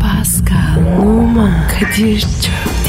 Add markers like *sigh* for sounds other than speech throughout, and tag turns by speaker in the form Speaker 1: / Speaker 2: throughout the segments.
Speaker 1: Pascal, Oman, Kadir çok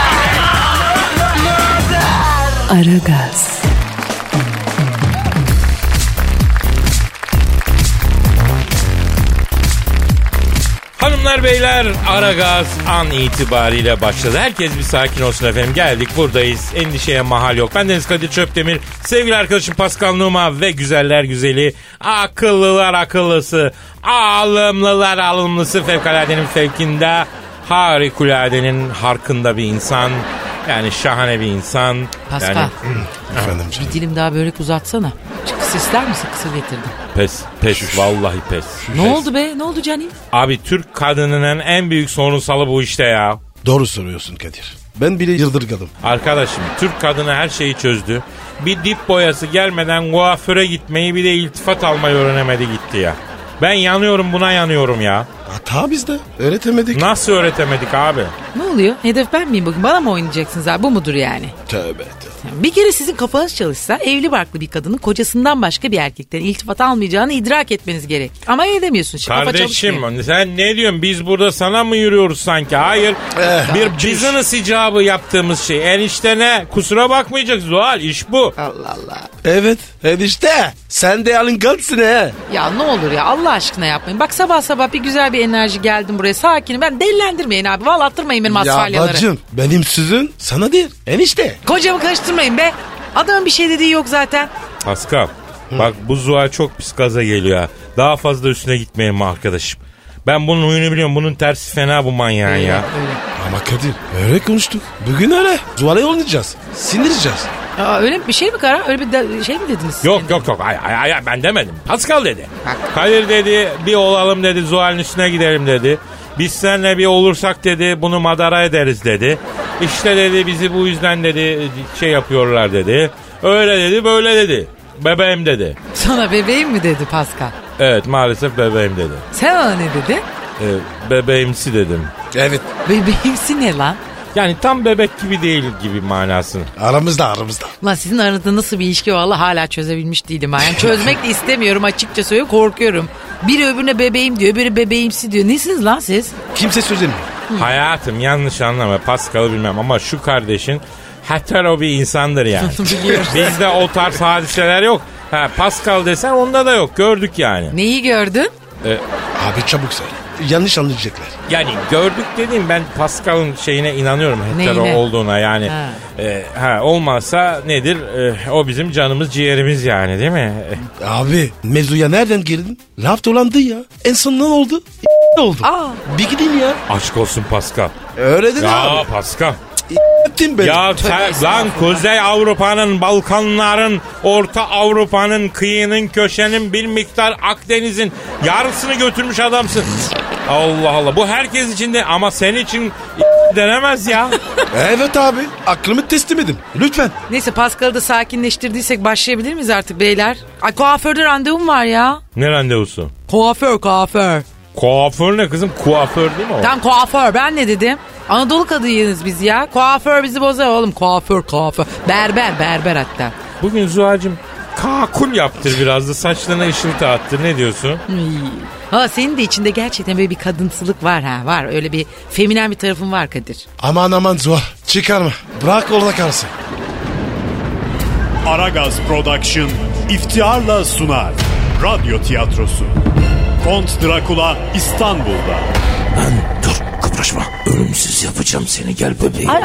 Speaker 1: Aragaz,
Speaker 2: Hanımlar beyler ara gaz an itibariyle başladı. Herkes bir sakin olsun efendim. Geldik buradayız. Endişeye mahal yok. Ben Deniz Kadir Çöptemir. Sevgili arkadaşım Pascal Numa ve güzeller güzeli. Akıllılar akıllısı. Alımlılar alımlısı. Fevkaladenin fevkinde. Harikuladenin harkında bir insan. Yani şahane bir insan.
Speaker 3: Pascal.
Speaker 2: Yani
Speaker 4: Efendim canım.
Speaker 3: Bir dilim daha börek uzatsana. Çık Kıs ister misin? Kısır getirdim.
Speaker 2: pes, pes, vallahi pes.
Speaker 3: Ne oldu be? Ne oldu canım?
Speaker 2: Abi Türk kadınının en büyük sorunsalı bu işte ya.
Speaker 4: Doğru soruyorsun Kadir. Ben bile yıldırgadım.
Speaker 2: Arkadaşım Türk kadını her şeyi çözdü. Bir dip boyası gelmeden kuaföre gitmeyi bir de iltifat almayı öğrenemedi gitti ya. Ben yanıyorum buna yanıyorum ya.
Speaker 4: Hata bizde. Öğretemedik.
Speaker 2: Nasıl öğretemedik abi?
Speaker 3: Ne oluyor? Hedef ben miyim bugün? Bana mı oynayacaksınız abi? Bu mudur yani?
Speaker 4: Tövbe tövbe.
Speaker 3: Yani Bir kere sizin kafanız çalışsa evli barklı bir kadının kocasından başka bir erkekten iltifat almayacağını idrak etmeniz gerek. Ama edemiyorsunuz. Şimdi kafa çalışmıyor.
Speaker 2: Kardeşim sen ne diyorsun biz burada sana mı yürüyoruz sanki? Hayır.
Speaker 4: Eh,
Speaker 2: bir business icabı yaptığımız şey. Eniştene kusura bakmayacaksın Zuhal iş bu.
Speaker 3: Allah Allah.
Speaker 4: Evet. Enişte. Sen de alın kalksın he.
Speaker 3: Ya ne olur ya Allah aşkına yapmayın. Bak sabah sabah bir güzel bir enerji geldim buraya. Sakinim ben delilendirmeyin abi. Vallahi attırmayın benim
Speaker 4: Ya
Speaker 3: asfalyaları.
Speaker 4: bacım benim sözün sana değil. Enişte.
Speaker 3: Kocamı karıştırmayın be. Adamın bir şey dediği yok zaten.
Speaker 2: Pascal bak bu Zuhal çok pis gaza geliyor ha. Daha fazla üstüne gitmeyelim arkadaşım. Ben bunun huyunu biliyorum. Bunun tersi fena bu manyağın ya.
Speaker 4: Ama Kadir öyle konuştuk. Bugün öyle. Zuhal'e oynayacağız. Sindireceğiz.
Speaker 3: Aa, öyle mi- bir şey mi Kara? Öyle bir de- şey mi dediniz?
Speaker 2: Yok yok yok ay, ay, ay, ay, ben demedim. Pascal dedi.
Speaker 3: Bak.
Speaker 2: Kadir dedi bir olalım dedi Zuhal'in üstüne gidelim dedi. Biz seninle bir olursak dedi bunu madara ederiz dedi. İşte dedi bizi bu yüzden dedi şey yapıyorlar dedi. Öyle dedi böyle dedi. Bebeğim dedi.
Speaker 3: Sana bebeğim mi dedi Pascal?
Speaker 2: Evet maalesef bebeğim dedi.
Speaker 3: Sen ona ne dedi?
Speaker 2: Ee, bebeğimsi dedim.
Speaker 4: Evet.
Speaker 3: Bebeğimsi ne lan?
Speaker 2: Yani tam bebek gibi değil gibi manasını.
Speaker 4: Aramızda aramızda.
Speaker 3: Lan sizin aranızda nasıl bir ilişki var Allah hala çözebilmiş değilim. ha. Yani çözmek de istemiyorum açıkça söylüyorum korkuyorum. Biri öbürüne bebeğim diyor öbürü bebeğimsi diyor. Nesiniz lan siz?
Speaker 4: Kimse söz etmiyor.
Speaker 2: Hayatım yanlış anlama Pascal'ı bilmem ama şu kardeşin hetero bir insandır yani.
Speaker 3: Biliyorum.
Speaker 2: Bizde o tarz hadiseler yok. Ha, Pascal desen onda da yok. Gördük yani.
Speaker 3: Neyi gördün?
Speaker 4: Abi çabuk söyle. Yanlış anlayacaklar.
Speaker 2: Yani gördük dediğim ben Pascal'ın şeyine inanıyorum hetero
Speaker 3: Neyine?
Speaker 2: olduğuna yani.
Speaker 3: Ha.
Speaker 2: E, ha, olmazsa nedir? E, o bizim canımız ciğerimiz yani değil mi? E,
Speaker 4: Abi mevzuya nereden girdin? Laf dolandı ya. En son ne oldu? Ne oldu?
Speaker 3: Aa.
Speaker 4: Bir gideyim ya.
Speaker 2: aşk olsun Pascal.
Speaker 4: Öyle dedi
Speaker 2: Ya
Speaker 4: abi.
Speaker 2: Pascal.
Speaker 4: Ettin beni.
Speaker 2: Ya sen- lan Kuzey Avrupa'nın, Balkanların, Orta Avrupa'nın, kıyının, köşenin, bir miktar Akdeniz'in yarısını götürmüş adamsın. Allah Allah. Bu herkes için de ama senin için *laughs* denemez ya.
Speaker 4: Evet abi. Aklımı teslim edin. Lütfen.
Speaker 3: Neyse Pascal'ı da sakinleştirdiysek başlayabilir miyiz artık beyler? Ay kuaförde randevum var ya.
Speaker 2: Ne randevusu?
Speaker 3: Kuaför kuaför.
Speaker 2: Kuaför ne kızım? Kuaför değil mi o?
Speaker 3: Tam kuaför ben ne dedim? Anadolu kadıyız biz ya. Kuaför bizi bozar oğlum. Kuaför kuaför. Berber berber hatta.
Speaker 2: Bugün Zuhal'cığım kakul yaptır biraz da saçlarına ışıltı attır. Ne diyorsun?
Speaker 3: Ha Hmm. senin de içinde gerçekten böyle bir kadınsılık var ha var. Öyle bir feminen bir tarafın var Kadir.
Speaker 4: Aman aman Zuhal. Çıkarma. Bırak orada kalsın.
Speaker 5: Aragaz Production iftiharla sunar. Radyo tiyatrosu. Kont Drakula İstanbul'da.
Speaker 3: Ay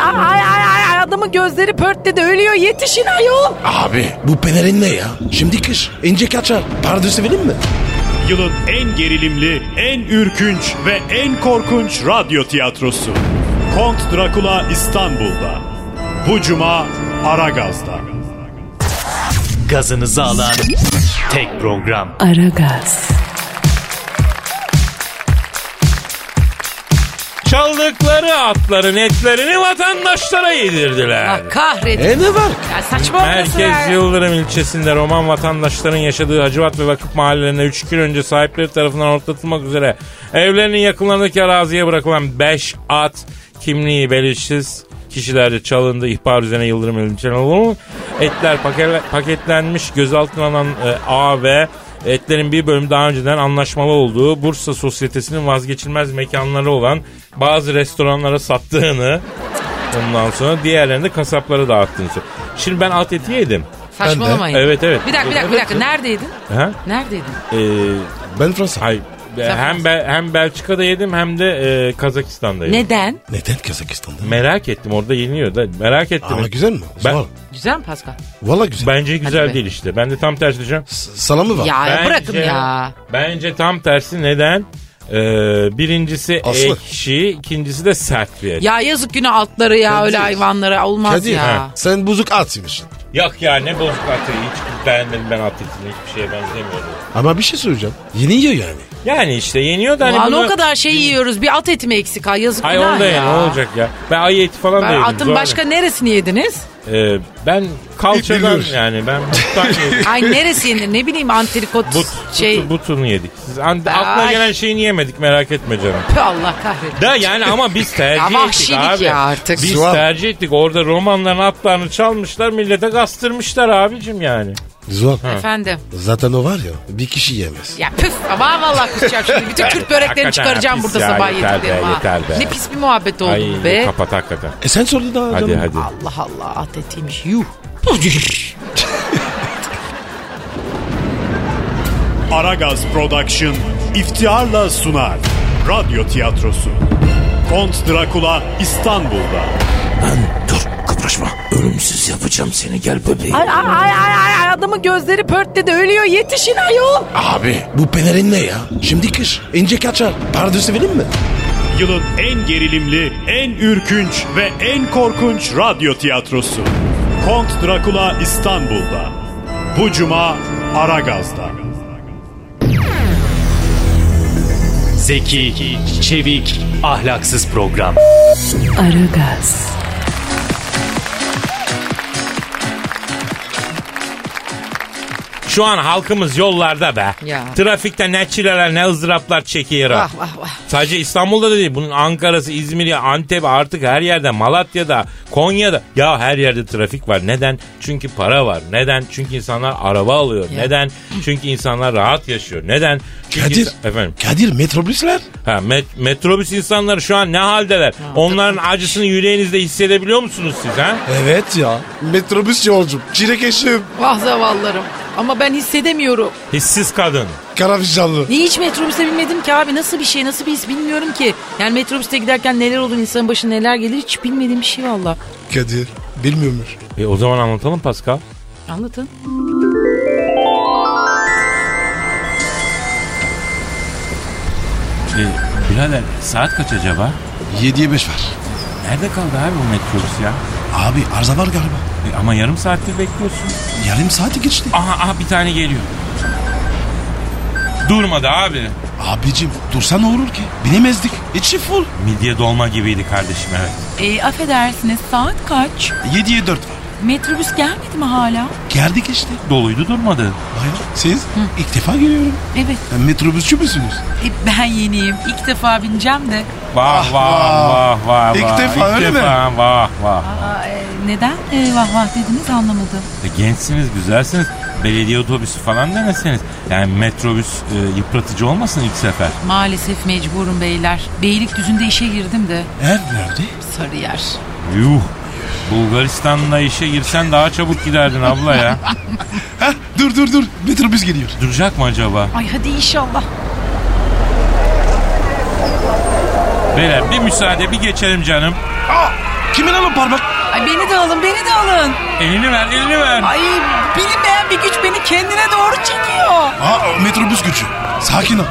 Speaker 3: ay ay ay, ay, ay, adamın gözleri pörtledi ölüyor yetişin ayol.
Speaker 4: Abi bu pelerin ne ya? Şimdi kış. İnce kaçar. Pardösü verin mi?
Speaker 5: Yılın en gerilimli, en ürkünç ve en korkunç radyo tiyatrosu. Kont Drakula İstanbul'da. Bu cuma Aragaz'da.
Speaker 6: gazınızı alan tek program.
Speaker 1: Aragaz,
Speaker 2: Çal Aldıkları atların etlerini vatandaşlara yedirdiler.
Speaker 3: Bak kahretsin.
Speaker 4: E ne var?
Speaker 3: Ya saçma olmasın
Speaker 2: Merkez
Speaker 3: ya.
Speaker 2: Yıldırım ilçesinde Roman vatandaşların yaşadığı Hacivat ve Vakıf mahallelerine 3 gün önce sahipleri tarafından ortatılmak üzere evlerinin yakınlarındaki araziye bırakılan 5 at kimliği belirsiz kişilerde çalındı. İhbar üzerine Yıldırım ilçesinde etler pakel- paketlenmiş gözaltına alınan e, A ve Etlerin bir bölümü daha önceden anlaşmalı olduğu Bursa Sosyetesi'nin vazgeçilmez mekanları olan bazı restoranlara sattığını ondan sonra diğerlerini de kasaplara dağıttığını söylüyor. Şimdi ben at eti yedim.
Speaker 3: Saçmalamayın.
Speaker 2: Evet, evet.
Speaker 3: Bir dakika bir dakika bir dakika. Neredeydin?
Speaker 2: Ha?
Speaker 3: Neredeydin?
Speaker 2: Ee,
Speaker 4: Ben Fransa.
Speaker 2: hayır. Ee, Hem, Bel- hem Belçika'da yedim hem de e, Kazakistan'da yedim.
Speaker 3: Neden?
Speaker 4: Neden Kazakistan'da?
Speaker 2: Merak ettim orada yeniyor da merak ettim.
Speaker 4: Ama güzel mi?
Speaker 2: Ben-
Speaker 4: Valla
Speaker 3: Güzel mi Pascal?
Speaker 4: Vallahi güzel.
Speaker 2: Bence
Speaker 3: Hadi
Speaker 2: güzel
Speaker 3: be.
Speaker 2: değil işte. Ben de tam tersi düşünüyorum.
Speaker 4: S- Salamı var.
Speaker 3: Ya
Speaker 2: Bence-
Speaker 3: bırakın ya.
Speaker 2: Bence tam tersi neden? Ee, birincisi
Speaker 4: Aslı.
Speaker 2: ekşi, ikincisi de sert bir et.
Speaker 3: Ya yazık günü altları ya öyle hayvanlara olmaz
Speaker 4: Kadir
Speaker 3: ya.
Speaker 4: sen bozuk atsıymışsın.
Speaker 2: Yok ya ne bozuk atı. Hiç beğenmedim ben at etini. Hiçbir şeye benzemiyorum.
Speaker 4: Ama bir şey söyleyeceğim. Yeni yiyor yani.
Speaker 2: Yani işte yeniyor da hani
Speaker 3: Ulan
Speaker 2: bunu...
Speaker 3: o kadar şey yiyoruz. Bir at eti mi eksik ha? Yazık
Speaker 2: Ay
Speaker 3: günah
Speaker 2: onu da
Speaker 3: ya.
Speaker 2: yani ne olacak ya. Ben ayı eti falan da
Speaker 3: Ben
Speaker 2: yedim.
Speaker 3: atın
Speaker 2: Zor.
Speaker 3: başka neresini yediniz?
Speaker 2: Ee, ben kalçadan
Speaker 4: Biliyoruz.
Speaker 2: yani ben buttan
Speaker 3: *laughs*
Speaker 2: yedim. *laughs*
Speaker 3: Ay neresi yenir? Ne bileyim antrikot
Speaker 2: But,
Speaker 3: şey.
Speaker 2: butu- butunu yedik. Siz an- aklına
Speaker 3: Ay.
Speaker 2: gelen şeyini yemedik merak etme canım.
Speaker 3: Pü, Allah kahretsin.
Speaker 2: Da yani ama biz tercih
Speaker 3: Ya
Speaker 2: ettik
Speaker 3: vahşilik
Speaker 2: abi.
Speaker 3: ya artık.
Speaker 2: Biz
Speaker 4: Sual.
Speaker 2: tercih ettik. Orada romanların atlarını çalmışlar millete kastırmışlar abicim yani.
Speaker 4: Zuhal.
Speaker 3: Efendim.
Speaker 4: Zaten o var ya bir kişi yemez.
Speaker 3: Ya püf aman vallahi kusacağım şimdi. Bütün Kürt
Speaker 2: Hakikaten
Speaker 3: böreklerini çıkaracağım
Speaker 2: pis
Speaker 3: burada
Speaker 2: ya,
Speaker 3: sabah
Speaker 2: yeter be,
Speaker 3: yedirdim ha.
Speaker 2: yeter be.
Speaker 3: Ne pis bir muhabbet oldu
Speaker 2: Ay
Speaker 3: bu Oh be.
Speaker 2: kapat hakikaten.
Speaker 4: E sen sordun daha
Speaker 2: Hadi
Speaker 4: canım.
Speaker 2: hadi.
Speaker 3: Allah Allah at etiymiş yuh.
Speaker 5: Aragaz Production iftiharla sunar. Radyo tiyatrosu. Kont Drakula İstanbul'da.
Speaker 3: Ay ay ay ay, ay, ay, adamın gözleri pörtledi ölüyor yetişin ayol.
Speaker 4: Abi bu pelerin ne ya? Şimdi kış. İnce kaçar. Pardösü verin mi?
Speaker 5: Yılın en gerilimli, en ürkünç ve en korkunç radyo tiyatrosu. Kont Drakula İstanbul'da. Bu cuma Aragaz'da.
Speaker 6: Zeki, çevik, ahlaksız program.
Speaker 1: Aragaz,
Speaker 2: Şu an halkımız yollarda be.
Speaker 3: Ya.
Speaker 2: Trafikte ne çileler ne ızdıraplar çekiyor.
Speaker 3: Vah vah vah.
Speaker 2: Sadece İstanbul'da da değil. Bunun Ankara'sı, İzmir'i, Antep artık her yerde. Malatya'da, Konya'da. Ya her yerde trafik var. Neden? Çünkü para var. Neden? Çünkü insanlar araba alıyor.
Speaker 3: Ya.
Speaker 2: Neden? Çünkü insanlar rahat yaşıyor. Neden? Çünkü
Speaker 4: Kadir.
Speaker 2: insan- Efendim.
Speaker 4: Kadir metrobüsler.
Speaker 2: Ha, met- metrobüs insanları şu an ne haldeler? Onların acısını yüreğinizde hissedebiliyor musunuz siz ha?
Speaker 4: Evet ya. Metrobüs yolcum. Çilek eşim.
Speaker 3: Vah zavallarım. Ama ben hissedemiyorum.
Speaker 2: Hissiz kadın.
Speaker 4: Karavijanlı.
Speaker 3: Niye hiç metrobüse binmedim ki abi? Nasıl bir şey, nasıl bir his bilmiyorum ki. Yani metrobüste giderken neler olur, insanın başına neler gelir hiç bilmediğim bir şey valla.
Speaker 4: Kadir bilmiyormuş.
Speaker 2: E, o zaman anlatalım Pascal.
Speaker 3: Anlatın.
Speaker 2: E, birader saat kaç acaba?
Speaker 4: 7'ye 5 var.
Speaker 2: Nerede kaldı abi o metrobüs ya?
Speaker 4: Abi arıza var galiba.
Speaker 2: E, ama yarım saattir bekliyorsun.
Speaker 4: Yarım saati geçti.
Speaker 2: Aha aha bir tane geliyor. Durmadı abi.
Speaker 4: Abicim dursa ne olur ki? Binemezdik. İçi full.
Speaker 2: Midye dolma gibiydi kardeşim evet.
Speaker 7: E, affedersiniz saat kaç?
Speaker 4: 7'ye 4 var.
Speaker 7: Metrobüs gelmedi mi hala?
Speaker 4: Geldik işte.
Speaker 2: Doluydu durmadı.
Speaker 4: Hayır. Siz ilk defa geliyorum.
Speaker 7: Evet
Speaker 4: E, Metrobüsçü müsünüz?
Speaker 7: e, ben yeniyim. İlk defa bineceğim de.
Speaker 2: Vah vah Ah, vah vah vah.
Speaker 4: İlk defa,
Speaker 2: İlk
Speaker 4: öyle mi?
Speaker 2: defa, Vah vah.
Speaker 7: Aa, e, neden e, vah vah dediniz anlamadım.
Speaker 2: E, gençsiniz güzelsiniz. Belediye otobüsü falan deneseniz. Yani metrobüs e, yıpratıcı olmasın ilk sefer.
Speaker 7: Maalesef mecburum beyler. Beylikdüzü'nde işe girdim de.
Speaker 4: Ev nerede?
Speaker 7: Sarıyer.
Speaker 2: Yuh. Bulgaristan'da işe girsen daha çabuk giderdin abla *laughs* ya.
Speaker 4: Heh, dur dur dur. Metrobüs geliyor.
Speaker 2: Duracak mı acaba?
Speaker 7: Ay hadi inşallah.
Speaker 2: Beyler bir müsaade bir geçelim canım.
Speaker 4: Kimin lan o parmak?
Speaker 7: Ay beni de alın beni de alın.
Speaker 2: Elini ver elini ver.
Speaker 7: Ay bilinmeyen bir güç beni kendine doğru çekiyor.
Speaker 4: Aa, o metrobüs gücü. Sakin ol.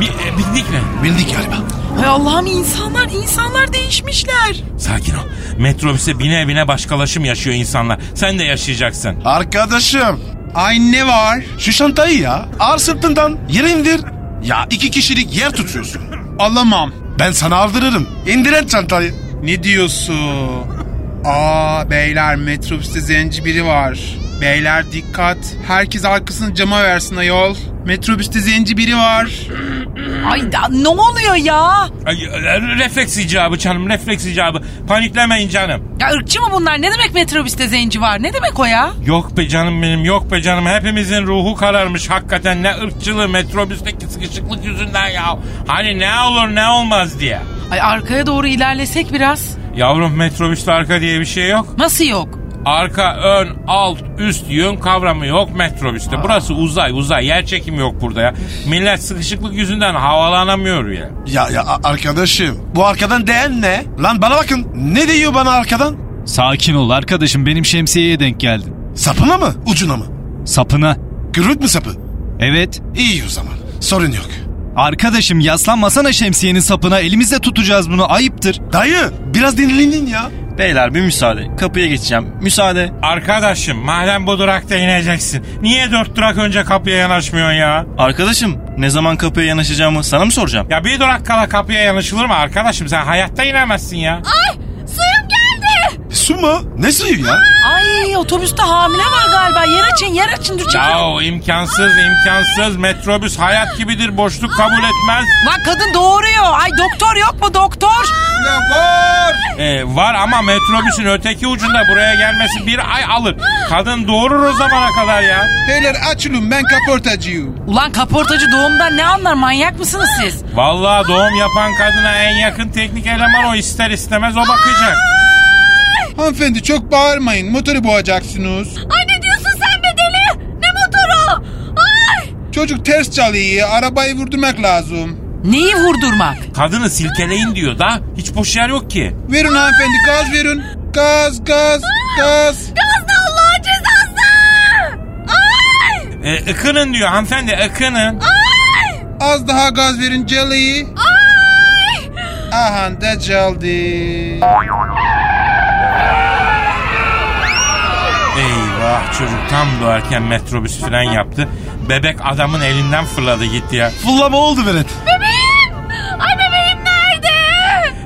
Speaker 2: Bir, e, bindik mi?
Speaker 4: Bildik galiba.
Speaker 7: Ay Allah'ım insanlar insanlar değişmişler.
Speaker 2: Sakin ol. Metrobüse bine bine başkalaşım yaşıyor insanlar. Sen de yaşayacaksın.
Speaker 4: Arkadaşım. Ay ne var? Şu çantayı ya. Ağır sırtından yere indir. Ya iki kişilik yer tutuyorsun.
Speaker 8: Alamam.
Speaker 4: Ben sana aldırırım. İndiren çantayı.
Speaker 8: Ne diyorsun? Aa beyler metrobüste zenci biri var. Beyler dikkat. Herkes arkasını cama versin ayol. Metrobüste zenci biri var.
Speaker 3: Ay da- ne oluyor ya?
Speaker 2: Ay, e, refleks icabı canım refleks icabı. Paniklemeyin canım.
Speaker 7: Ya ırkçı mı bunlar? Ne demek metrobüste zenci var? Ne demek o ya?
Speaker 2: Yok be canım benim yok be canım. Hepimizin ruhu kararmış hakikaten. Ne ırkçılığı metrobüsteki sıkışıklık yüzünden ya. Hani ne olur ne olmaz diye.
Speaker 7: Ay arkaya doğru ilerlesek biraz.
Speaker 2: Yavrum metrobüste arka diye bir şey yok.
Speaker 7: Nasıl yok?
Speaker 2: Arka, ön, alt, üst yön kavramı yok metrobüste. Burası uzay uzay. Yer çekimi yok burada ya. Millet sıkışıklık yüzünden havalanamıyor ya.
Speaker 4: Ya ya a- arkadaşım. Bu arkadan değen ne? Lan bana bakın. Ne diyor bana arkadan?
Speaker 6: Sakin ol arkadaşım benim şemsiyeye denk geldin.
Speaker 4: Sapına mı? Ucuna mı?
Speaker 6: Sapına.
Speaker 4: Gürültü mü sapı?
Speaker 6: Evet.
Speaker 4: İyi o zaman. Sorun yok.
Speaker 6: Arkadaşım yaslanmasana şemsiyenin sapına elimizle tutacağız bunu ayıptır.
Speaker 4: Dayı biraz dinlenin ya.
Speaker 6: Beyler bir müsaade kapıya geçeceğim müsaade.
Speaker 2: Arkadaşım madem bu durakta ineceksin. Niye dört durak önce kapıya yanaşmıyorsun ya?
Speaker 6: Arkadaşım ne zaman kapıya yanaşacağımı sana mı soracağım?
Speaker 2: Ya bir durak kala kapıya yanaşılır mı arkadaşım? Sen hayatta inemezsin ya.
Speaker 4: E, Su mu? Ne suyu ya?
Speaker 7: Ay otobüste hamile var galiba. Yer açın yer açın. Dur çekil.
Speaker 2: Ya imkansız imkansız. Metrobüs hayat gibidir. Boşluk kabul etmez.
Speaker 7: Lan kadın doğuruyor. Ay doktor yok mu doktor?
Speaker 2: Ee, var ama metrobüsün öteki ucunda buraya gelmesi bir ay alır. Kadın doğurur o zamana kadar ya.
Speaker 8: Beyler açılın ben kaportacıyım.
Speaker 7: Ulan kaportacı doğumdan ne anlar manyak mısınız siz?
Speaker 2: Vallahi doğum yapan kadına en yakın teknik eleman o ister istemez o bakacak.
Speaker 8: Hanımefendi çok bağırmayın motoru boğacaksınız.
Speaker 9: Ay ne diyorsun sen be deli? Ne motoru? Ay!
Speaker 8: Çocuk ters çalıyor arabayı vurdurmak lazım.
Speaker 7: Neyi vurdurmak?
Speaker 2: Kadını silkeleyin diyor da hiç boş yer yok ki.
Speaker 8: Verin hanımefendi gaz verin. Gaz gaz gaz.
Speaker 9: Gazda Allah'ın cezası! Ay!
Speaker 2: Ee, ıkının diyor hanımefendi ıkının.
Speaker 9: Ay!
Speaker 8: Az daha gaz verin Jelly.
Speaker 9: Ay!
Speaker 8: Aha da Jelly.
Speaker 2: Eyvah çocuk tam doğarken metrobüs fren yaptı. Bebek adamın elinden fırladı gitti ya.
Speaker 4: Fullama oldu Berat.
Speaker 9: Bebeğim! Ay bebeğim nerede?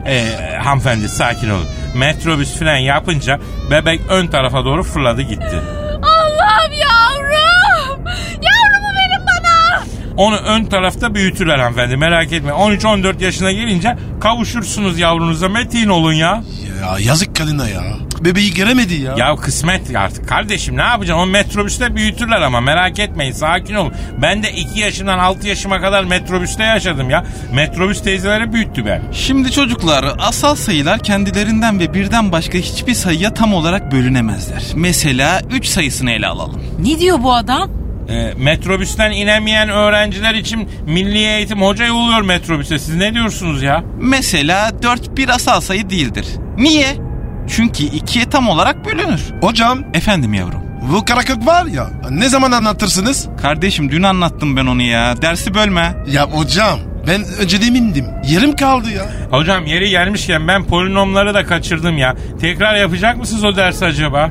Speaker 2: Ee, hanımefendi sakin olun. Metrobüs fren yapınca bebek ön tarafa doğru fırladı gitti.
Speaker 9: Allah'ım yavrum! Yavrumu verin bana!
Speaker 2: Onu ön tarafta büyütürler hanımefendi merak etme. 13-14 yaşına gelince kavuşursunuz yavrunuza metin olun ya.
Speaker 4: Ya yazık kadına ya. Bebeği göremedi ya.
Speaker 2: Ya kısmet artık kardeşim ne yapacaksın? O metrobüste büyütürler ama merak etmeyin sakin olun. Ben de 2 yaşından 6 yaşıma kadar metrobüste yaşadım ya. Metrobüs teyzeleri büyüttü beni.
Speaker 10: Şimdi çocuklar asal sayılar kendilerinden ve birden başka hiçbir sayıya tam olarak bölünemezler. Mesela 3 sayısını ele alalım.
Speaker 7: Ne diyor bu adam?
Speaker 2: Ee, metrobüsten inemeyen öğrenciler için milli eğitim hoca yolluyor metrobüse. Siz ne diyorsunuz ya?
Speaker 10: Mesela 4 bir asal sayı değildir. Niye? Çünkü 2'ye tam olarak bölünür.
Speaker 4: Hocam
Speaker 10: Efendim yavrum.
Speaker 4: bu karakök var ya. Ne zaman anlatırsınız?
Speaker 10: Kardeşim dün anlattım ben onu ya. Dersi bölme.
Speaker 4: Ya hocam ben önceden indim. Yerim kaldı ya.
Speaker 2: Hocam yeri gelmişken ben polinomları da kaçırdım ya. Tekrar yapacak mısınız o dersi acaba?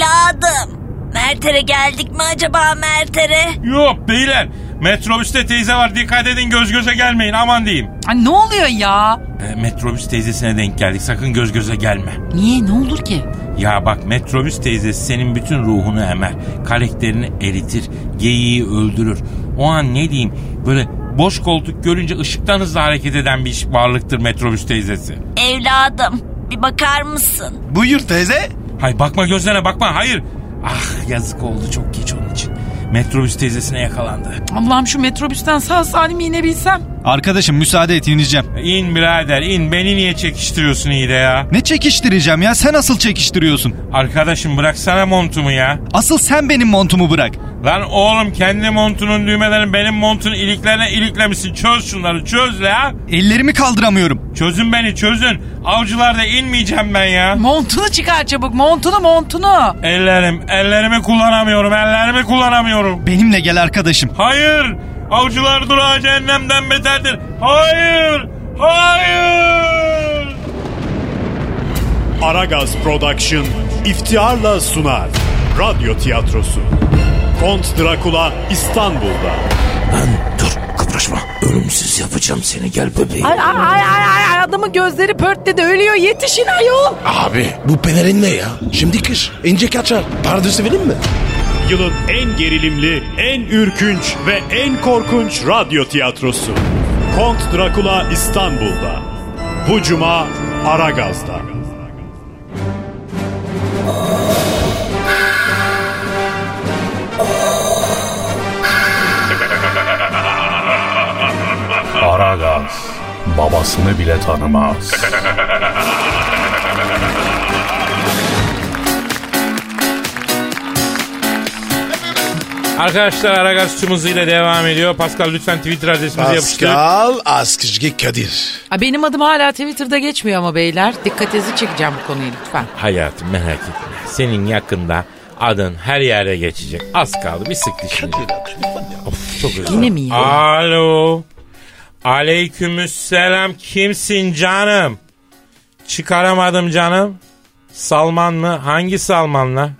Speaker 9: Evladım! Mertere geldik mi acaba Mertere?
Speaker 2: Yok beyler. Metrobüste teyze var dikkat edin göz göze gelmeyin aman diyeyim.
Speaker 7: Ay ne oluyor ya?
Speaker 2: Ee, metrobüs teyzesine denk geldik sakın göz göze gelme.
Speaker 7: Niye ne olur ki?
Speaker 2: Ya bak metrobüs teyzesi senin bütün ruhunu emer. Karakterini eritir. Geyiği öldürür. O an ne diyeyim böyle boş koltuk görünce ışıktan hızlı hareket eden bir iş- varlıktır metrobüs teyzesi.
Speaker 9: Evladım bir bakar mısın?
Speaker 4: Buyur teyze.
Speaker 2: Hay bakma gözlerine bakma hayır. Ah yazık oldu çok geç onun için. Metrobüs teyzesine yakalandı.
Speaker 7: Allah'ım şu metrobüsten sağ salim inebilsem.
Speaker 6: Arkadaşım müsaade et ineceğim.
Speaker 2: İn birader in beni niye çekiştiriyorsun iyi de ya.
Speaker 6: Ne çekiştireceğim ya sen asıl çekiştiriyorsun.
Speaker 2: Arkadaşım bıraksana montumu ya.
Speaker 6: Asıl sen benim montumu bırak.
Speaker 2: Lan oğlum kendi montunun düğmelerini benim montunun iliklerine iliklemişsin. Çöz şunları çöz la.
Speaker 6: Ellerimi kaldıramıyorum.
Speaker 2: Çözün beni çözün. Avcılarda inmeyeceğim ben ya.
Speaker 7: Montunu çıkar çabuk montunu montunu.
Speaker 2: Ellerim, ellerimi kullanamıyorum, ellerimi kullanamıyorum.
Speaker 6: Benimle gel arkadaşım.
Speaker 2: Hayır, avcılar durağı cehennemden beterdir. Hayır, hayır.
Speaker 5: Aragaz Production iftiharla sunar. Radyo tiyatrosu. Kont Drakula İstanbul'da.
Speaker 11: Lan dur kıvır.
Speaker 12: yaklaşma. Ölümsüz yapacağım seni gel bebeğim.
Speaker 3: Ay ay ay ay, ay adamın gözleri pörtledi ölüyor yetişin ayol.
Speaker 4: Abi bu pelerin ne ya? Şimdi kış. İnce kaçar. Pardösü vereyim mi?
Speaker 5: Yılın en gerilimli, en ürkünç ve en korkunç radyo tiyatrosu. Kont Drakula İstanbul'da. Bu cuma Aragaz'da.
Speaker 13: Aragaz babasını bile tanımaz.
Speaker 2: Arkadaşlar Aragaz tüm hızıyla devam ediyor. Pascal lütfen Twitter adresimizi yapıştır.
Speaker 4: Pascal Askışgi Kadir.
Speaker 3: Ha, benim adım hala Twitter'da geçmiyor ama beyler. Dikkatinizi çekeceğim bu konuyu lütfen.
Speaker 2: Hayatım merak etme. Senin yakında adın her yerde geçecek. Az kaldı bir sık dişini. of çok özür
Speaker 3: Yine mi ya?
Speaker 2: Alo. Aleykümselam kimsin canım? Çıkaramadım canım. Salman mı? Hangi Salman'la?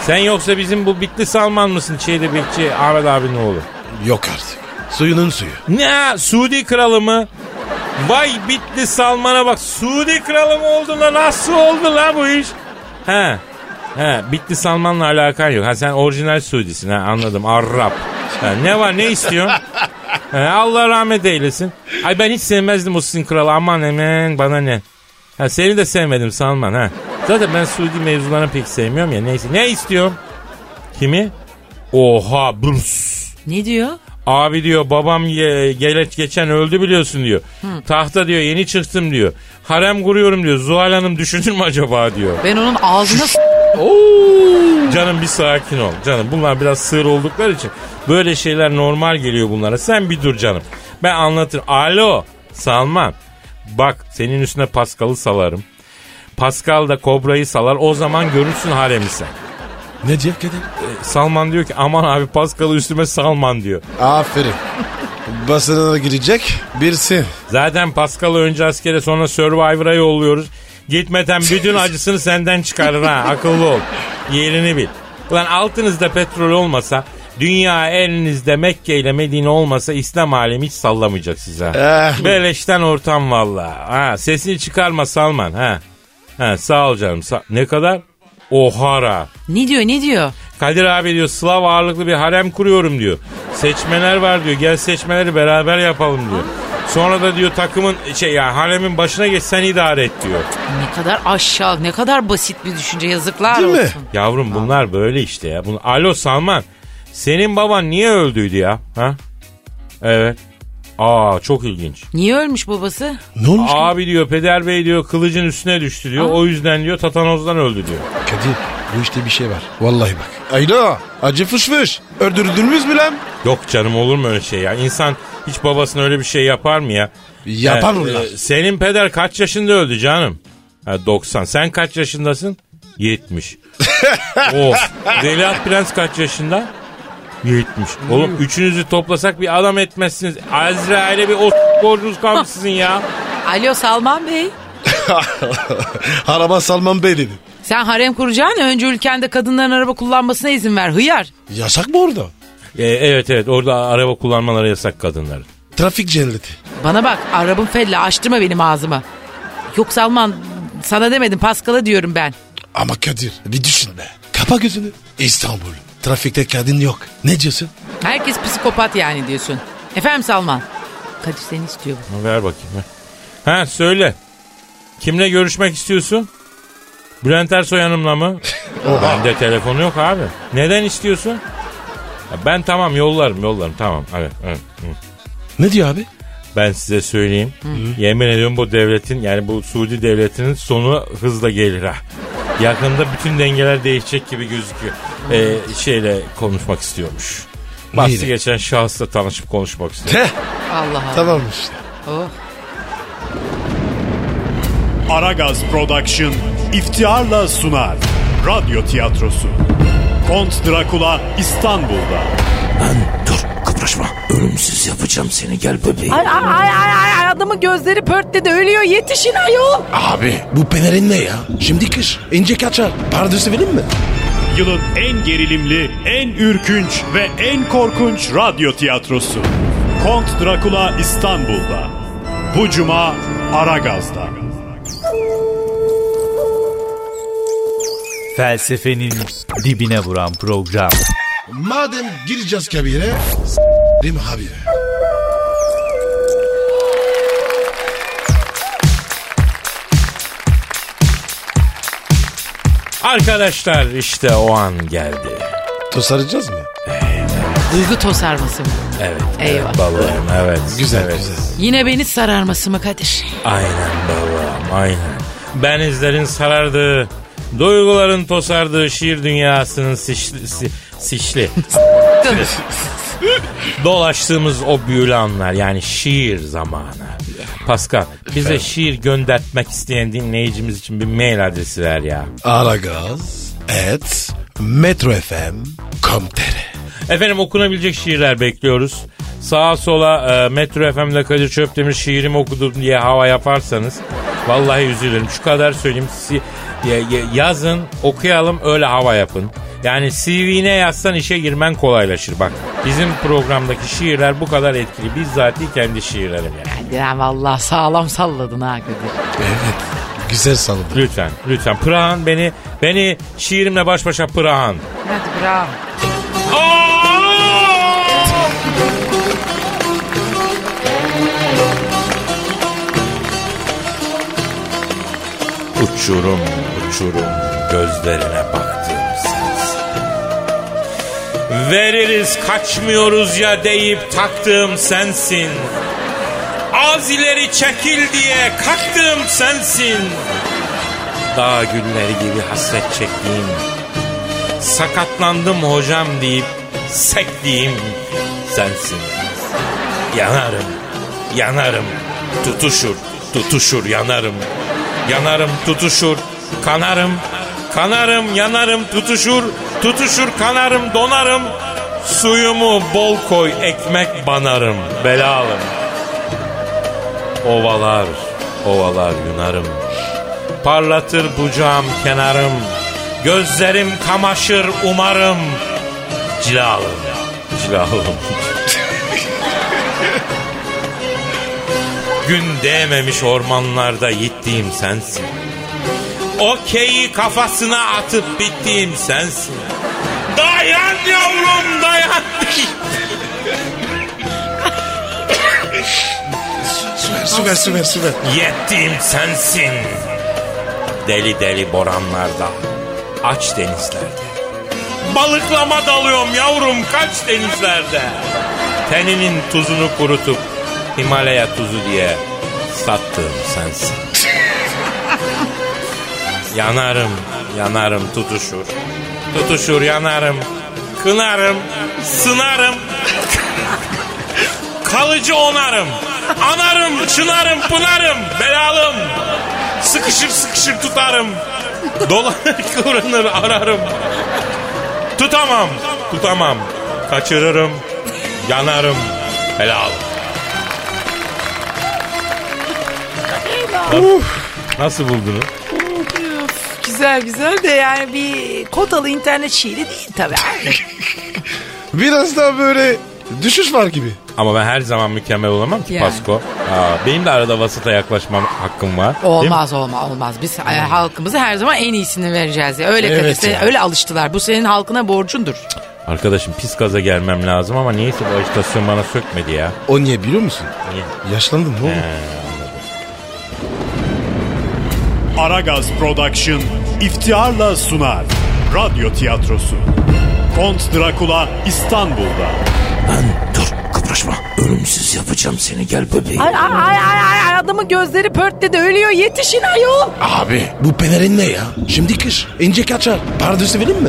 Speaker 2: Sen yoksa bizim bu bitli Salman mısın Çeyli Bekçi Ahmet abinin oğlu?
Speaker 4: Yok artık. Suyunun suyu.
Speaker 2: Ne? Suudi kralı mı? Vay Bitli Salman'a bak. Suudi kralı mı oldu lan? Nasıl oldu lan bu iş? He. He. Bitli Salman'la alakan yok. Ha sen orijinal Suudisin. Ha anladım. Arap. Ha, ne var? Ne istiyorsun? He, Allah rahmet eylesin. Ay ben hiç sevmezdim o sizin kralı. Aman hemen bana ne? Ha, seni de sevmedim Salman ha. Zaten ben Suudi mevzularını pek sevmiyorum ya. Neyse. Ne istiyorum? Kimi? Oha. Brus.
Speaker 3: Ne diyor?
Speaker 2: Abi diyor babam ye, geleç geçen öldü biliyorsun diyor. Tahta diyor yeni çıktım diyor. Harem kuruyorum diyor. Zuhal Hanım düşünür mü acaba diyor.
Speaker 3: Ben onun ağzına s-
Speaker 2: Canım bir sakin ol. Canım bunlar biraz sığır oldukları için böyle şeyler normal geliyor bunlara. Sen bir dur canım. Ben anlatırım. Alo Salman. Bak senin üstüne Paskal'ı salarım. Pascal da kobrayı salar. O zaman görürsün haremi sen.
Speaker 4: Ne diyor Kadir?
Speaker 2: Salman diyor ki aman abi Paskal'ı üstüme salman diyor.
Speaker 4: Aferin. Basına da girecek birisi.
Speaker 2: Zaten Pascal'ı önce askere sonra Survivor'a yolluyoruz. Gitmeden bütün acısını senden çıkarır ha. Akıllı ol. Yerini bil. Lan altınızda petrol olmasa, dünya elinizde Mekke ile Medine olmasa İslam alemi hiç sallamayacak size. ha.
Speaker 4: Eh.
Speaker 2: Beleşten ortam valla. Ha, sesini çıkarma Salman ha. Ha, sağ ol canım. Sa- ne kadar? Ohara.
Speaker 3: Ne diyor ne diyor?
Speaker 2: Kadir abi diyor Slav ağırlıklı bir harem kuruyorum diyor. Seçmeler var diyor. Gel seçmeleri beraber yapalım diyor. Sonra da diyor takımın şey yani haremin başına geç sen idare et diyor.
Speaker 3: Ne kadar aşağı ne kadar basit bir düşünce yazıklar olsun.
Speaker 2: Yavrum bunlar böyle işte ya. Bunu, alo Salman. Senin baban niye öldüydü ya? Ha? Evet. Aa çok ilginç.
Speaker 3: Niye ölmüş babası?
Speaker 2: Ne olmuş? Abi diyor peder bey diyor kılıcın üstüne düştü diyor. O yüzden diyor tatanozdan öldü diyor.
Speaker 4: Ah, Kadir bu işte bir şey var. Vallahi bak. Ayla acı fış fış. Öldürdünüz mü lan?
Speaker 2: Yok canım olur mu öyle şey ya? İnsan hiç babasına öyle bir şey yapar mı ya?
Speaker 4: Yapar
Speaker 2: Ya,
Speaker 4: ulan.
Speaker 2: e, senin peder kaç yaşında öldü canım? Ha, 90. Sen kaç yaşındasın? 70. of. Veliaht Prens kaç yaşında? 70. Oğlum üçünüzü toplasak bir adam etmezsiniz. Azrail'e bir o borcunuz kalmış sizin ya.
Speaker 3: Alo Salman Bey.
Speaker 4: *laughs* Araba Salman Bey dedi.
Speaker 3: Sen harem kuracağın önce ülkende kadınların araba kullanmasına izin ver hıyar.
Speaker 4: Yasak mı orada?
Speaker 2: E, evet evet orada araba kullanmaları yasak kadınların.
Speaker 4: Trafik cenneti.
Speaker 3: Bana bak arabın fella açtırma benim ağzımı. Yok Salman sana demedim Paskal'a diyorum ben.
Speaker 4: Ama Kadir bir düşün be. Kapa gözünü. İstanbul. Trafikte kadın yok. Ne diyorsun?
Speaker 3: Herkes psikopat yani diyorsun. Efendim Salman. Kadir seni istiyor bu.
Speaker 2: Ha, Ver bakayım. ver. Ha söyle. Kimle görüşmek istiyorsun? Bülent Ersoy Hanım'la mı?
Speaker 14: Oha.
Speaker 2: Bende telefonu yok abi. Neden istiyorsun? Ya ben tamam yollarım yollarım tamam. Evet, evet, evet.
Speaker 4: Ne diyor abi?
Speaker 2: Ben size söyleyeyim. Yemin ediyorum bu devletin yani bu Suudi devletinin sonu hızla gelir ha. Yakında bütün dengeler değişecek gibi gözüküyor. Ee, şeyle konuşmak istiyormuş. Bahsi
Speaker 4: Neyle?
Speaker 2: geçen şahısla tanışıp konuşmak istiyor.
Speaker 4: Heh.
Speaker 3: Allah Allah.
Speaker 4: Tamam işte.
Speaker 3: Oh.
Speaker 5: Aragaz Production iftiharla sunar. Radyo tiyatrosu. Kont Drakula İstanbul'da.
Speaker 12: Kıpraşma. Ölümsüz yapacağım seni gel bebeğim.
Speaker 3: Ay ay ay ay, ay, ay, adamın gözleri pörtledi ölüyor yetişin ayol.
Speaker 4: Abi bu pelerin ne ya? Şimdi kış. İnce kaçar. Pardösü vereyim mi?
Speaker 5: Yılın en gerilimli, en ürkünç ve en korkunç radyo tiyatrosu. Kont Drakula İstanbul'da. Bu cuma Aragaz'da.
Speaker 14: Felsefenin dibine vuran program.
Speaker 4: Madem gireceğiz kabire, s**rim abi.
Speaker 2: Arkadaşlar işte o an geldi.
Speaker 4: Tosaracağız mı?
Speaker 3: Duygu tosarması mı?
Speaker 2: Evet.
Speaker 3: Eyvah.
Speaker 2: Evet, balığım evet. Güzel evet.
Speaker 3: Yine beni sararması mı Kadir?
Speaker 2: Aynen balığım aynen. Benizlerin sarardığı, duyguların tosardığı şiir dünyasının siçli... si- *laughs* siçli. Dolaştığımız o büyülü anlar yani şiir zamanı. Pascal bize şiir göndertmek isteyen dinleyicimiz için bir mail adresi ver ya.
Speaker 4: Aragaz et metrofm.com.tr
Speaker 2: Efendim okunabilecek şiirler bekliyoruz. Sağa sola e, Metro FM'de Kadir Çöptemir şiirimi okudum diye hava yaparsanız vallahi üzülürüm. Şu kadar söyleyeyim. Si- ya- ya- yazın, okuyalım, öyle hava yapın. Yani CV'ne yazsan işe girmen kolaylaşır bak. Bizim programdaki şiirler bu kadar etkili. Bizzati kendi şiirlerim yani.
Speaker 3: Ya vallahi sağlam salladın ha Kadir.
Speaker 4: Evet. Güzel sanırım.
Speaker 2: Lütfen, lütfen. Pırahan beni, beni şiirimle baş başa Pırahan.
Speaker 3: Hadi bravo.
Speaker 2: Uçurum uçurum gözlerine baktım sensin. Veririz kaçmıyoruz ya deyip taktığım sensin. Az ileri çekil diye kalktığım sensin. Dağ gülleri gibi hasret çektiğim. Sakatlandım hocam deyip sektiğim sensin. Yanarım, yanarım, tutuşur, tutuşur yanarım. Yanarım, tutuşur, kanarım, kanarım, yanarım, tutuşur, tutuşur, kanarım, donarım. Suyumu bol koy, ekmek banarım, belalım. Ovalar, ovalar yunarım. Parlatır bucağım kenarım. Gözlerim kamaşır umarım. Cilalım, cilalım. *laughs* Gün değmemiş ormanlarda gittiğim sensin. Okeyi kafasına atıp bittiğim sensin. Dayan yavrum dayan.
Speaker 4: Süper süper süper süper.
Speaker 2: Yettiğim sensin. Deli deli boranlarda, aç denizlerde. Balıklama dalıyorum yavrum kaç denizlerde. Teninin tuzunu kurutup Himalaya tuzu diye sattığım sensin. yanarım, yanarım tutuşur. Tutuşur yanarım, kınarım, sınarım. Kalıcı onarım. Anarım, çınarım, pınarım, belalım. Sıkışır sıkışır tutarım. Dolanır *laughs* kıvranır ararım. Tutamam, tutamam. Kaçırırım, yanarım, helal. Nasıl buldunuz?
Speaker 3: Güzel güzel de yani bir kotalı internet şiiri değil tabii.
Speaker 4: Biraz daha böyle düşüş var gibi.
Speaker 2: Ama ben her zaman mükemmel olamam ki
Speaker 3: Yani.
Speaker 2: Pasko. Aa, benim de arada vasıta yaklaşmam hakkım var. Değil mi?
Speaker 3: Olmaz olmaz olmaz. Biz e, halkımıza her zaman en iyisini vereceğiz. Ya. Öyle
Speaker 2: Evet
Speaker 3: Kadir, sen-
Speaker 2: ya.
Speaker 3: öyle alıştılar. Bu senin halkına borcundur.
Speaker 2: Arkadaşım pis gaza gelmem lazım ama niyeyse bu ajitasyon bana sökmedi ya.
Speaker 4: O niye biliyor musun?
Speaker 2: Niye?
Speaker 4: Yaşlandım ne oldu?
Speaker 5: Aragaz Production iftiharla sunar. Radyo tiyatrosu. Kont Drakula İstanbul'da.
Speaker 12: Kıpraşma. Ölümsüz yapacağım seni gel bebeğim.
Speaker 3: Ay ay ay ay, ay adamın gözleri pörtledi ölüyor yetişin ayol.
Speaker 4: Abi bu pelerin ne ya? Şimdi kış. ince kaçar. Pardesü verir mi?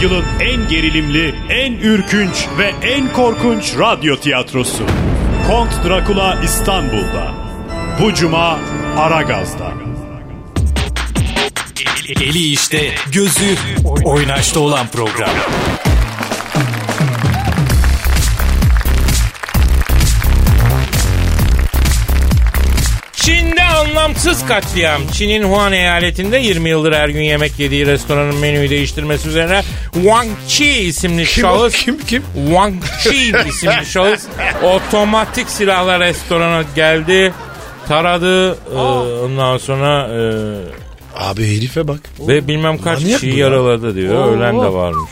Speaker 5: Yılın en gerilimli, en ürkünç ve en korkunç radyo tiyatrosu. Kont Drakula İstanbul'da. Bu cuma Aragaz'da.
Speaker 14: Eli işte, gözü oynaşta olan program.
Speaker 2: Çin'de anlaşılan Anlamsız katliam. Çin'in Huan eyaletinde 20 yıldır her gün yemek yediği restoranın menüyü değiştirmesi üzerine Wang Qi isimli
Speaker 4: Kim o?
Speaker 2: şahıs
Speaker 4: Kim kim?
Speaker 2: Wang Chi isimli şahıs otomatik silahla restorana geldi. Taradı. e, ondan sonra e,
Speaker 4: Abi herife bak.
Speaker 2: ve bilmem kaç
Speaker 4: Manyak bu
Speaker 2: kişiyi
Speaker 4: ya.
Speaker 2: yaraladı diyor.
Speaker 4: Oo.
Speaker 2: Ölen de varmış.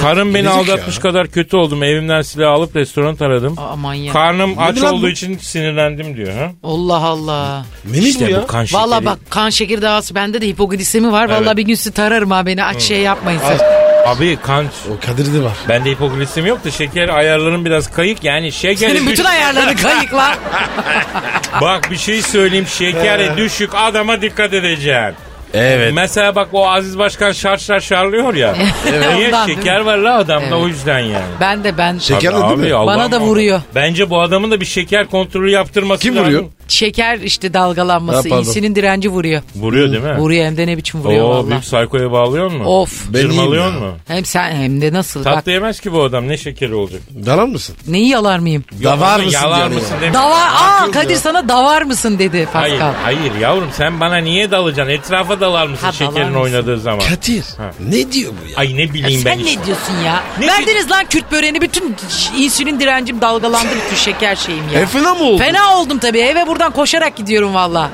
Speaker 2: Karım beni
Speaker 4: Gelecek
Speaker 2: aldatmış
Speaker 4: ya.
Speaker 2: kadar kötü oldum. Evimden silah alıp restoran taradım.
Speaker 3: manyak.
Speaker 2: Karnım
Speaker 3: Ne
Speaker 2: aç
Speaker 3: lan
Speaker 2: olduğu
Speaker 3: bu?
Speaker 2: için sinirlendim diyor. Ha?
Speaker 3: Allah Allah.
Speaker 2: Menüs İşte bu ya? bu kan şekeri.
Speaker 3: Valla bak kan şekeri davası bende de hipoglisemi var. Valla
Speaker 2: Evet.
Speaker 3: bir gün sizi tararım ha beni aç şey yapmayın siz.
Speaker 2: Abi kan...
Speaker 4: O kadirdi var.
Speaker 2: Bende hipoglisemi yok da şeker ayarlarım biraz kayık. Yani şeker...
Speaker 3: Senin
Speaker 2: *laughs*
Speaker 3: bütün ayarları kayık lan.
Speaker 2: Bak bir şey söyleyeyim şekeri
Speaker 4: Ee.
Speaker 2: düşük adama dikkat edeceksin.
Speaker 4: Evet.
Speaker 2: Mesela bak o Aziz Başkan şarşlar şarlıyor ya.
Speaker 3: Evet.
Speaker 2: Niye
Speaker 3: Ondan,
Speaker 2: şeker
Speaker 3: değil mi?
Speaker 2: var la adamda
Speaker 3: Evet.
Speaker 2: o yüzden yani.
Speaker 3: Ben de ben.
Speaker 2: Şeker de değil mi? Abi,
Speaker 3: Bana
Speaker 2: Allah'ım
Speaker 3: da
Speaker 2: Allah.
Speaker 3: vuruyor.
Speaker 2: Bence bu adamın da bir şeker kontrolü yaptırması lazım.
Speaker 3: Şeker işte
Speaker 2: Ha,
Speaker 3: dalgalanması,
Speaker 2: pardon.
Speaker 3: iyisinin direnci vuruyor.
Speaker 2: Vuruyor değil mi?
Speaker 3: Vuruyor hem de ne biçim vuruyor
Speaker 2: Oo,
Speaker 3: valla.
Speaker 2: büyük saykoya bağlıyor mu?
Speaker 3: Of. Ben
Speaker 2: Cırmalıyor
Speaker 3: iyiyim ya.
Speaker 2: mu?
Speaker 3: Hem sen hem de nasıl bak.
Speaker 2: Tatlı yemez ki bu adam ne şekeri olacak.
Speaker 4: Dalar mısın?
Speaker 3: Neyi yalar mıyım?
Speaker 2: Davar mısın yalar diyor mısın ya. demiş.
Speaker 3: Davar. Aa
Speaker 2: Atıyoruz
Speaker 3: Kadir
Speaker 2: ya.
Speaker 3: sana davar mısın dedi Pascal.
Speaker 2: Hayır, hayır yavrum sen bana niye dalacaksın? Etrafa dalar mısın
Speaker 3: Ha,
Speaker 2: şekerin
Speaker 3: dalar mısın?
Speaker 2: oynadığı zaman?
Speaker 4: Kadir ne diyor bu ya?
Speaker 2: Ay ne
Speaker 3: Ya
Speaker 2: bileyim ben
Speaker 3: sen ne
Speaker 2: işte.
Speaker 3: diyorsun ya? Verdiniz lan Kürt böreğini bütün ş- insülin direncim dalgalandı bütün şeker şeyim ya.
Speaker 2: E, fena mı oldun?
Speaker 3: Fena oldum tabii eve buradan koşarak gidiyorum valla.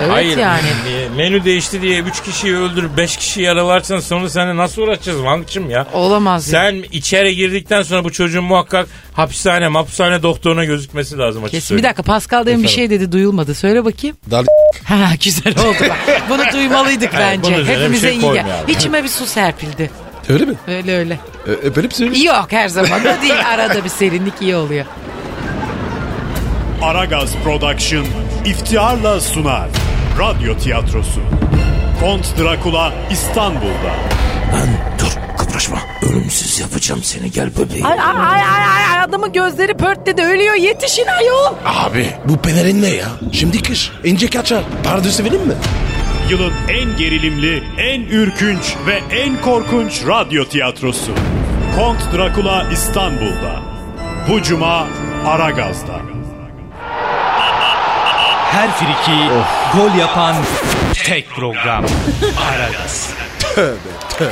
Speaker 3: Evet
Speaker 2: Hayır *laughs*
Speaker 3: yani.
Speaker 2: e, menü değişti diye 3 kişiyi öldür 5 kişiyi yaralarsan sonra seninle nasıl uğraşacağız Vank'cım ya?
Speaker 3: Olamaz ya.
Speaker 2: Sen içeri girdikten sonra bu çocuğun muhakkak hapishane hapishane doktoruna gözükmesi lazım açık
Speaker 3: Kesin bir dakika Pascal demin bir şey dedi duyulmadı. Söyle bakayım. *laughs*
Speaker 4: Dal
Speaker 3: Ha güzel oldu bak. Bunu
Speaker 2: *laughs*
Speaker 3: duymalıydık
Speaker 2: Evet,
Speaker 3: bence.
Speaker 2: bunun üzerine bir
Speaker 3: Hepimize
Speaker 2: şey
Speaker 3: iyi gel.
Speaker 2: koymayalım.
Speaker 3: İçime bir su serpildi.
Speaker 4: Öyle mi?
Speaker 3: Öyle öyle.
Speaker 4: E, öpelim seni.
Speaker 3: Yok her zaman da değil. Arada bir serinlik iyi oluyor.
Speaker 5: Aragaz Production iftiharla sunar. Radyo tiyatrosu. Kont Drakula İstanbul'da.
Speaker 12: Kıpraşma. Ölümsüz yapacağım seni gel bebeğim.
Speaker 3: Ay ay ay ay, ay adamın gözleri pörtledi ölüyor yetişin ayol.
Speaker 4: Abi bu pelerin ne ya? Şimdi kış. İnce kaçar. Pardösü verin mi?
Speaker 5: Yılın en gerilimli, en ürkünç ve en korkunç radyo tiyatrosu. Kont Drakula İstanbul'da. Bu cuma Aragaz'da.
Speaker 10: Her friki gol yapan tek program. Aragaz.
Speaker 4: Tövbe tövbe.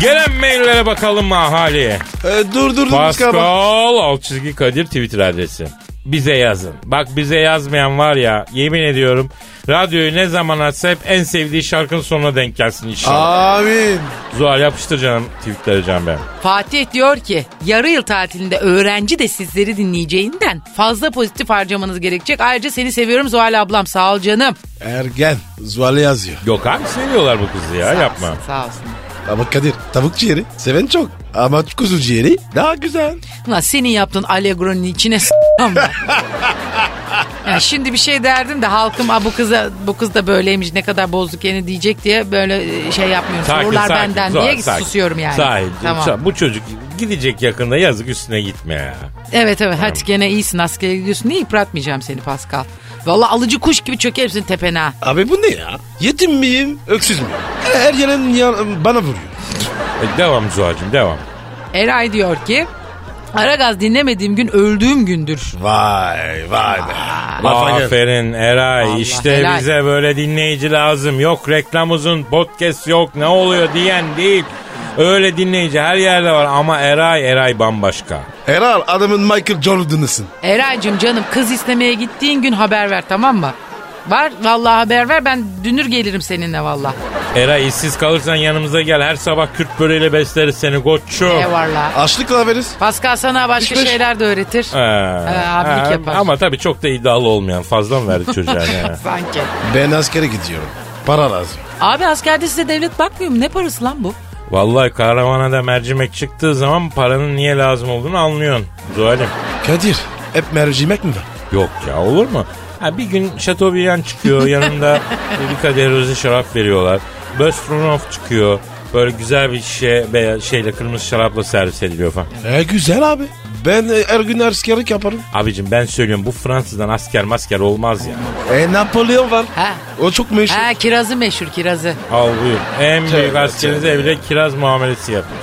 Speaker 2: Gelen maillere bakalım mı ahali?
Speaker 4: E, dur dur
Speaker 2: Pascal alt çizgi Kadir Twitter adresi. Bize yazın. Bak bize yazmayan var ya yemin ediyorum radyoyu ne zaman açsa hep en sevdiği şarkının sonuna denk gelsin inşallah.
Speaker 4: Amin.
Speaker 2: Zuhal yapıştır canım tweetleri canım ben.
Speaker 3: Fatih diyor ki yarı yıl tatilinde öğrenci de sizleri dinleyeceğinden fazla pozitif harcamanız gerekecek. Ayrıca seni seviyorum Zuhal ablam sağ ol canım.
Speaker 4: Ergen. Zuhal'e yazıyor.
Speaker 2: Yok abi seviyorlar bu kızı ya yapma.
Speaker 3: Sağ olsun.
Speaker 4: Ama Kadir tavuk ciğeri seven çok. Ama kuzu ciğeri daha güzel.
Speaker 3: Ulan senin yaptığın Allegro'nun içine
Speaker 2: *laughs*
Speaker 3: s**am ben. Ya şimdi bir şey derdim de halkım "Aa, bu kıza bu kız da böyleymiş ne kadar bozduk yeni diyecek diye böyle e, şey yapmıyorum. Sorular benden
Speaker 2: Zuhal,
Speaker 3: diye
Speaker 2: sakin.
Speaker 3: susuyorum yani.
Speaker 2: Sakin.
Speaker 3: Tamam.
Speaker 2: Sa- Bu çocuk gidecek yakında yazık üstüne gitme ya.
Speaker 3: Evet evet hadi gene iyisin askere gidiyorsun. Niye yıpratmayacağım seni Pascal? Valla alıcı kuş gibi çöker senin tepene ha.
Speaker 4: Abi bu ne ya? Yetim miyim? Öksüz müyüm? Her yerin yan- bana vuruyor.
Speaker 2: E, devam Zuhal'cığım devam.
Speaker 3: Eray diyor ki Aragaz dinlemediğim gün öldüğüm gündür.
Speaker 4: Vay vay be. Lafa gel.
Speaker 2: Aferin Eray işte
Speaker 3: helal.
Speaker 2: bize böyle dinleyici lazım. Yok reklam uzun podcast yok ne oluyor diyen değil. Öyle dinleyici her yerde var ama Eray Eray bambaşka.
Speaker 4: Herhal adamın Michael Jordan'ısın.
Speaker 3: Eraycığım canım kız istemeye gittiğin gün haber ver tamam mı? Var vallahi haber ver ben dünür gelirim seninle valla.
Speaker 2: Eray işsiz kalırsan yanımıza gel her sabah Kürt böreğiyle besleriz seni koçum.
Speaker 3: Ne var la?
Speaker 4: Açlıkla veririz.
Speaker 3: Pascal sana başka şeyler de öğretir.
Speaker 2: Ee,
Speaker 3: abilik
Speaker 2: ha,
Speaker 3: yapar.
Speaker 2: Ama tabii çok da iddialı olmayan fazla mı verdi çocuğa? ne?
Speaker 3: Sanki.
Speaker 4: Ben askere gidiyorum. Para lazım.
Speaker 3: Abi askerde size devlet bakmıyor mu? Ne parası lan bu?
Speaker 2: Vallahi kahramanada mercimek çıktığı zaman paranın niye lazım olduğunu anlıyorsun. Zuhal'im.
Speaker 4: Kadir hep mercimek mi var?
Speaker 2: Yok ya olur mu? Ha, bir gün Chateaubriand *laughs* çıkıyor yanında bir kadeh röze şarap veriyorlar. Böstronov çıkıyor. Böyle güzel bir şişe be- şeyle kırmızı şarapla servis ediliyor falan.
Speaker 4: E güzel abi. Ben e, her gün askerlik yaparım.
Speaker 2: Abicim ben söylüyorum bu Fransızdan asker masker olmaz ya.
Speaker 4: E Napolyon var.
Speaker 3: Ha.
Speaker 4: O çok meşhur.
Speaker 3: Ha kirazı meşhur kirazı.
Speaker 2: Al buyur. En
Speaker 4: Tövbe,
Speaker 2: büyük askerinize bile kiraz muamelesi yapıyor.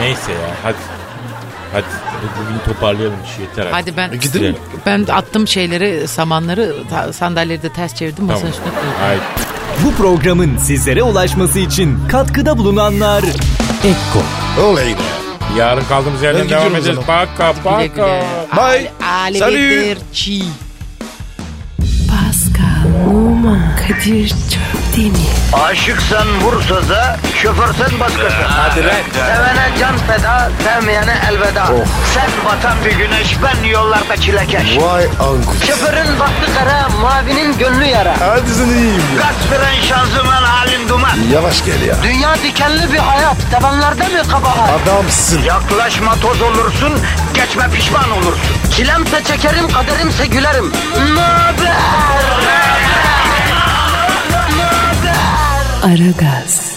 Speaker 2: Neyse ya hadi. Hadi bugün toparlayalım işi yeter artık.
Speaker 3: Hadi ben
Speaker 2: Bitirelim.
Speaker 3: ben attım şeyleri, samanları, ta- sandalyeleri de ters çevirdim masanın
Speaker 2: Tamam.
Speaker 3: üstüne koydum.
Speaker 2: Haydi.
Speaker 15: Bu programın sizlere ulaşması için katkıda bulunanlar Ekko.
Speaker 4: Oley be.
Speaker 2: Yarın kaldığımız yerden
Speaker 15: Ben
Speaker 2: devam
Speaker 15: gidiyorum
Speaker 2: edeceğiz.
Speaker 15: o
Speaker 2: Paka paka.
Speaker 3: Bye. Ali Bedirci.
Speaker 1: Pascal, Oman, Kadir çok değil mi?
Speaker 11: Aşıksan vursa da, şoförsen
Speaker 4: Ee,
Speaker 11: başkasın.
Speaker 1: Hadi lan.
Speaker 11: Sevene can feda, sevmeyene elveda.
Speaker 4: Oh.
Speaker 11: Sen batan bir güneş, ben yollarda çilekeş.
Speaker 4: Vay anku.
Speaker 11: Şoförün baktı kara, mavinin gönlü yara.
Speaker 4: Hadi sen iyiyim ya.
Speaker 11: Kasperen şanzıman halin duman.
Speaker 4: Yavaş gel ya.
Speaker 11: Dünya dikenli bir hayat, sevenlerde mi kabahar?
Speaker 4: Adamsın.
Speaker 11: Yaklaşma toz olursun, geçme pişman olursun. Çilemse çekerim, kaderimse gülerim. Möber!
Speaker 1: Aragaz.